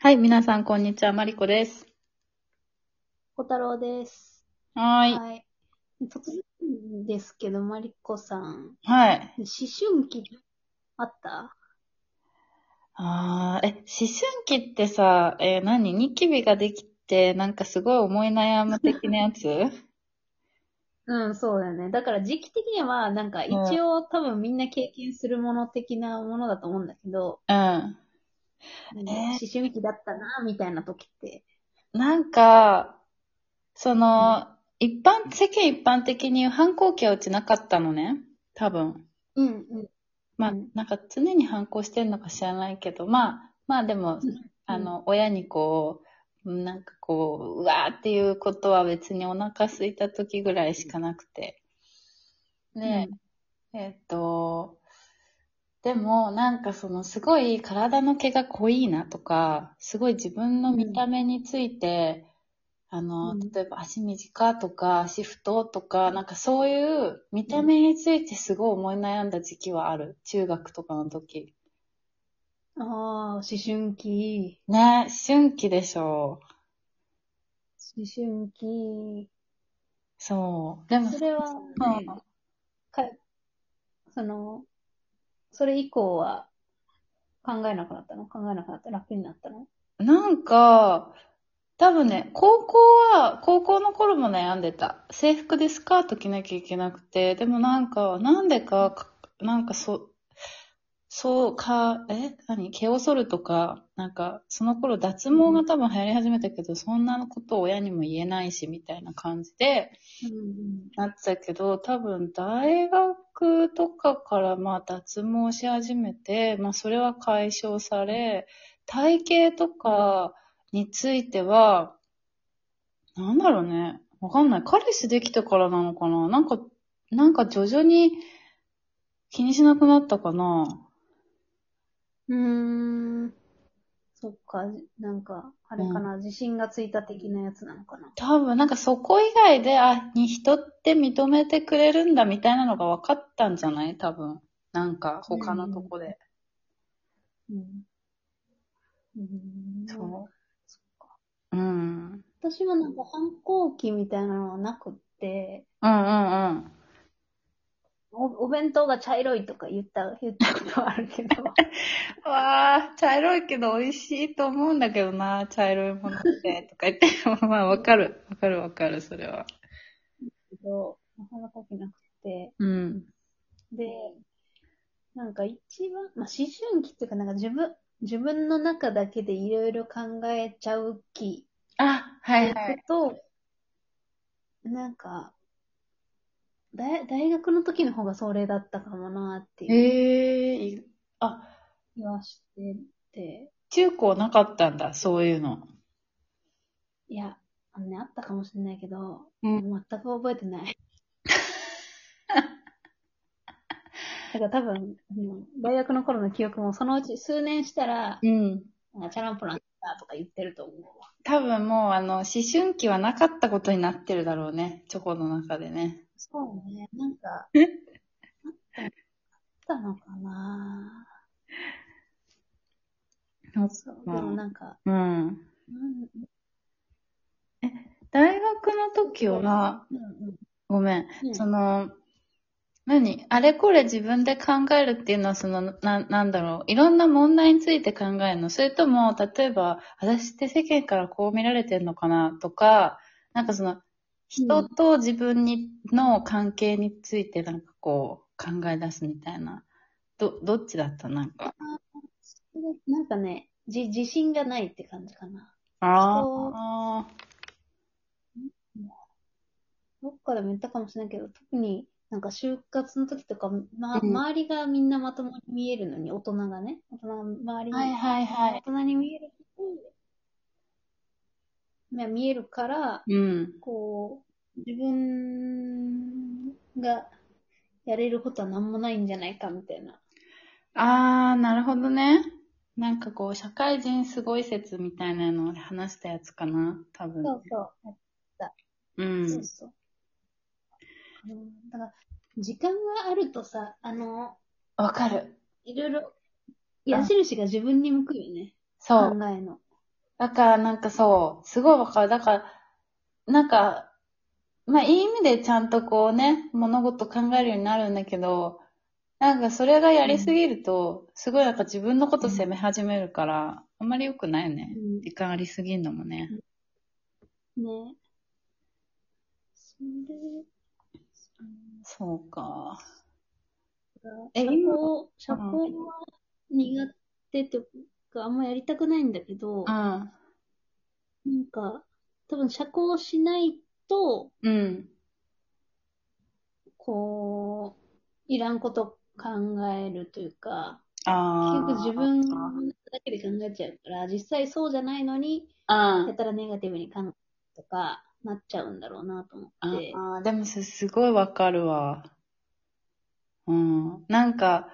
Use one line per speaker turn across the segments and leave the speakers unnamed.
はい、皆さん、こんにちは。マリコです。
小太郎です。
はーい。
はい。突然ですけど、マリコさん、
はい。
思春期あった
あーえ、思春期ってさ、えー何ニキビができて、なんかすごい思い悩む的なや つ
うん、そうだよね。だから時期的には、なんか一応多分みんな経験するもの的なものだと思うんだけど、
うん。
なんか
えー
思春期だったな、みたいな時って。
なんか、その、一般、世間一般的に反抗期はうちなかったのね。多分。
うん、うん。
まあ
うん、
なんか常に反抗してんのか知らないけど、まあ、まあでも、あの、親にこう、なんかこう、うわーっていうことは別にお腹空いた時ぐらいしかなくて。ね、えっと、でもなんかそのすごい体の毛が濃いなとか、すごい自分の見た目について、あの、
うん
例えば足短とか足太とか、なんかそういう見た目についてすごい思い悩んだ時期はある。中学とかの時。
うん。ああ、思春期。
ね、思春期でしょう。
思春期。
そう。でも、
それは、
うん
かその、それ以降は考えなくなったの考えなくなった楽になったの
なんか、多分ね、高校は、高校の頃も悩んでた。制服でスカート着なきゃいけなくて、でもなんか、なんでか、かなんかそ、そう、か、え何毛を剃るとか、なんか、その頃脱毛が多分流行り始めたけど、そんなことを親にも言えないし、みたいな感じで、
うん
なってたけど、多分大学とかからまあ脱毛し始めて、まあそれは解消され、体型とかについては、なんだろうね。わかんない。彼氏できてからなのかななんか、なんか徐々に気にしなくなったかな
うん。うーん。そっか、なんか、あれかな、自信がついた的なやつなのかな。
多分なんかそこ以外で、あ、に人って認めてくれるんだみたいなのが分かったんじゃない多分。なんか他のとこで。
うん。うん、
そう。
そっか
うん。
私もなんか反抗期みたいなのはなくって、
うんうんうん。
おお弁当が茶色いとか言った、言ったことはあるけ ど。
わあ、茶色いけど美味しいと思うんだけどな、茶色いものって、 とか言って、まあわかる、わかるわかる、それは。
けど、なかなか起きなくて。
うん。
で、なんか一番、まあ、思春期っていうか、なんか自分、自分の中だけでいろいろ考えちゃう期
あ、は
で
い
い
はい。
くと、なんか、大、大学の時の方がそれだったかもなっていう
ええいあ、
気はしてて、
中高なかったんだ、そういうの。
いや、あのね、あったかもしれないけど、
うん
全く覚え てない。だから多分、うん大学の頃の記憶もそのうち数年したら、
うん。
なんかチャランポランだとか言ってると思うわ。
多分もう、あの、思春期はなかったことになってるだろうね、チョコの中でね。
そうね。な んか、あったのかなそう。でもなんか、
うん。
うん、
大学の時は、
うん、
ごめん。
うん。
その、何あれこれ自分で考えるっていうのは、その、な、なんだろう。いろんな問題について考えるのそれとも、例えば、私って世間からこう見られてるのかなとか、なんかその、人と自分に、の関係についてなんかこう、考え出すみたいな。ど、どっちだったなんか。
なんかね、じ、自信がないって感じかな。
ああ。
どっかでも言ったかもしれないけど、特になんか就活の時とか、ま、
うん
周りがみんなまともに見えるのに、大人がね、大人が周りに、
はいはいはい
大。人に見えるまあ見えるから、
うん。
こう、自分がやれることは何もないんじゃないかみたいな。
あー、なるほどね。なんかこう、社会人すごい説みたいなのを話したやつかな、多分。
そうそう。
う
そ
ん
う。そう。うんだから、時間があるとさ、あの、
わかる。
いろいろ、矢印が自分に向くよね。
そう。
考えの。
だからなんかそう、すごいわかる。だから、なんか、まあいい意味でちゃんとこうね、物事考えるようになるんだけど、なんかそれがやりすぎると、すごいなんか自分のこと責め始めるから、あんまり良くないよね。時間ありすぎるのもね。
ね。それ、そう
そうか。
か
え
社
今
交、社交は苦手とか、あんまやりたくないんだけど、
う。
なんんか、多分社交しないと、
うん。
こう、いらんこと考えるというか、結
ああ。
局自分だけで考えちゃうから、実際そうじゃないのに、
うん
や。たらネガティブに考えるとか、なっちゃうんだろうなと思
あ
って。
あー、でもそれすごいわかるわ。うん。なんか、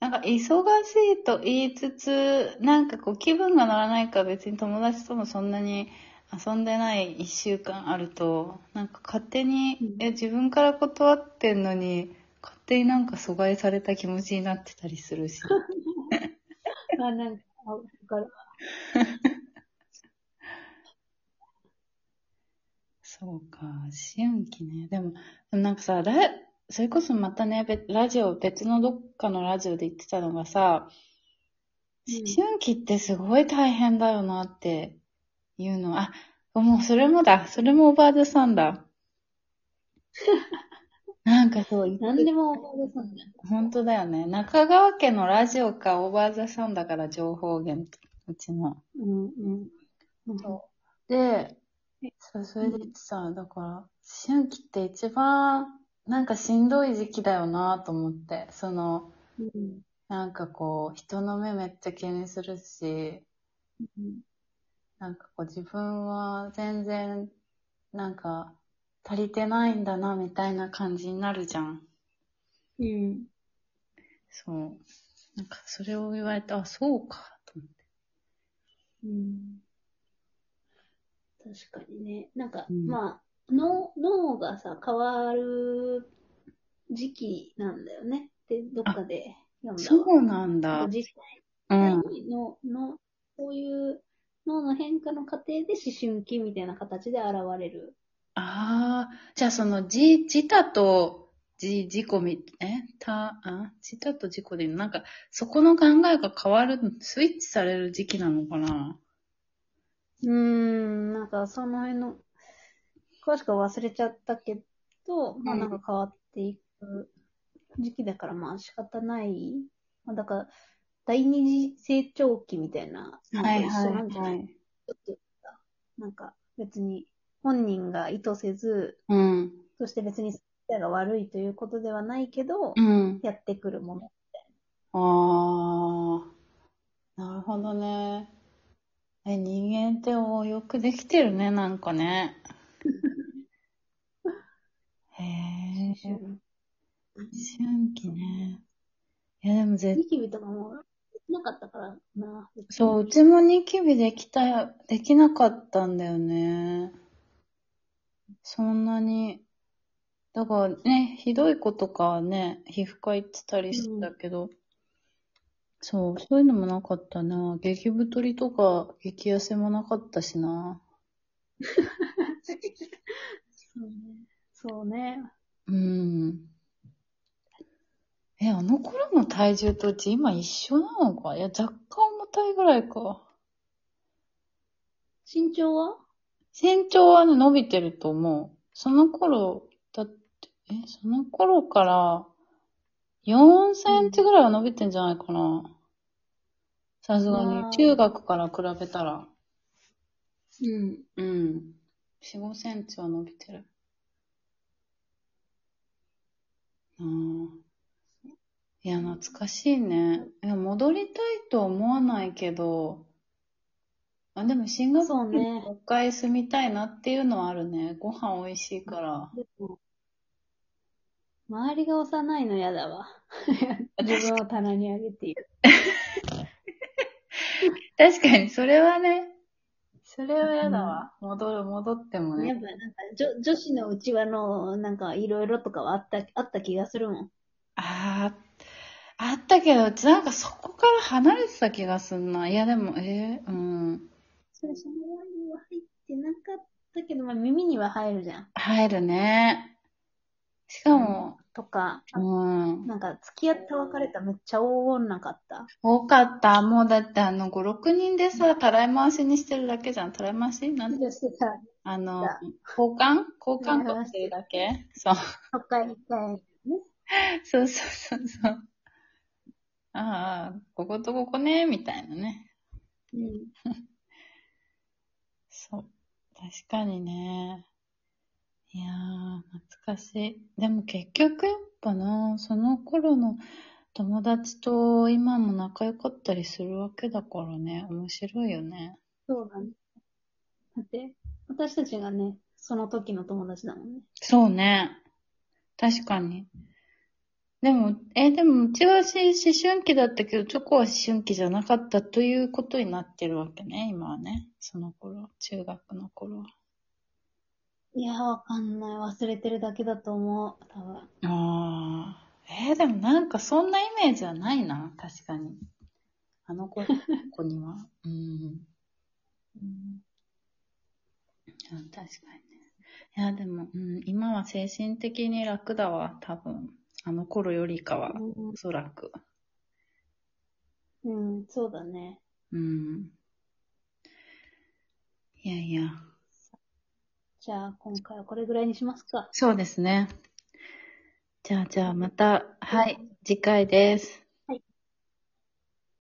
なんか忙しいと言いつつ、なんかこう気分が乗らないから別に友達ともそんなに遊んでない一週間あると、なんか勝手に、
うん
え、自分から断ってんのに、勝手になんか阻害された気持ちになってたりするし。
あ、なんか、あわかる。
そうか、思春期ね。でも、でもなんかさ、ラそれこそまたね、べラジオ、別のどっかのラジオで言ってたのがさ、
うん
思春期ってすごい大変だよなっていうのは、あ、もうそれもだ、それもおばあずさん だ。なんかそう、
何でも思い出すんだよ。
本当だよね。中川家のラジオかオーバーザサンだから情報源と、うちの。
うんうん。
そう。で、そうそれで言ってたのだから、思春期って一番、なんかしんどい時期だよなと思って、その、
うん。
なんかこう、人の目めっちゃ気にするし、
うん。
なんかこう自分は全然、なんか、足りてないんだな、みたいな感じになるじゃん。
うん。
そう。なんかそれを言われて、あ、そうか、と思って。
うん確かにね。なんか、
うん
まあ、脳、脳がさ、変わる時期なんだよね。って、どっかで読んだ
そ
わ。
うなんだ。
実
う
際
ん。
にの、の、こういう脳の変化の過程で思春期みたいな形で現れる。
ああ、じゃあその、じ、自他と、じ、自己み、え、た、あ、自他と自己でいいの、なんか、そこの考えが変わる、スイッチされる時期なのかな
うーん、なんかその辺の、詳しくは忘れちゃったけど、まあ
うん
なんか変わっていく時期だからまあ仕方ない。まあだから、第二次成長期みたいな、なんか一緒なんじゃない
い。
ちょっと言ったなんか別に本人が意図せず、
うん。
そして別に親が悪いということではないけど、
うん。
やってくるもの。
ああ、なるほどね。え、人間っておよくできてるね、なんかね。 へえ、思春期ね。いや、でも絶
ニキビとかもなかったからな。
そう、うちもニキビできたや、できなかったんだよね。そんなに。だからね、ひどい子とかはね、皮膚科行ってたりしてたけど、そう、そういうのもなかったな。激太りとか、激痩せもなかったしな。
そうね。 そうね。
うん。え、あの頃の体重とうち今一緒なのかいや、若干重たいぐらいか。
身長は
身長はね、伸びてると思う。その頃、だって、え、その頃から、4センチぐらいは伸びてんじゃないかな。さすが
うわ
に、
ー
中学から比べたら。
うん。
うん。4、5センチは伸びてる。ああ。いや、懐かしいね。いや、戻りたいとは思わないけど、あ、でもシンガポ
そ
ー
う
ルに
ね
もう一回住みたいなっていうのはあるね。ご飯美味しいから。
でも、周りが幼いの嫌だわ。 自分を棚にあげている。
確かに、それはね。それは嫌だわ。戻る、戻っても
や
ね
っ。ぱなんか女女子のうちわのなんかいろいろとかはあったあった気がするもん。
ああったけど、うちなんかそこから離れてた気がすんな。いや、でも、えー、うん。
それ、その割には入ってなかったけど、まあ、耳には入るじゃん。
入るね。しかも、
とか、
うん。
なんか、付き合って別れためっちゃ黄金なかった。
多かった。もうだってあの、5、6人でさ、たらい回しにしてるだけじゃん。たらい回しなんて
してた。
あの
だ、
交換交換とかしてるだけそう。
都会みたい。
そうそうそうそう。ああ、こことここね、みたいなね。
うん。
そう。確かにね。いやー、懐かしい。でも結局やっぱな、その頃の友達と今も仲良かったりするわけだからね、面白いよね。
そうだね。だって、私たちがね、その時の友達だもんね。
そうね。確かに。でも、え、でもうちはし思春期だったけど、チョコは思春期じゃなかったということになってるわけね、今はね。その頃、中学の頃は。
いや、わかんない。忘れてるだけだと思う。多分。
ああ。えーでもなんかそんなイメージはないな、確かに。あの子、子には。 うん。
うん、
あ確かにね。いや、でも、うん、今は精神的に楽だわ、多分。あの頃よりかは、おそらく。
うん、そうだね。
うん。いやいや。
じゃあ、今回はこれぐらいにしますか。
そうですね。じゃあ、じゃあ、また、はい、次回です。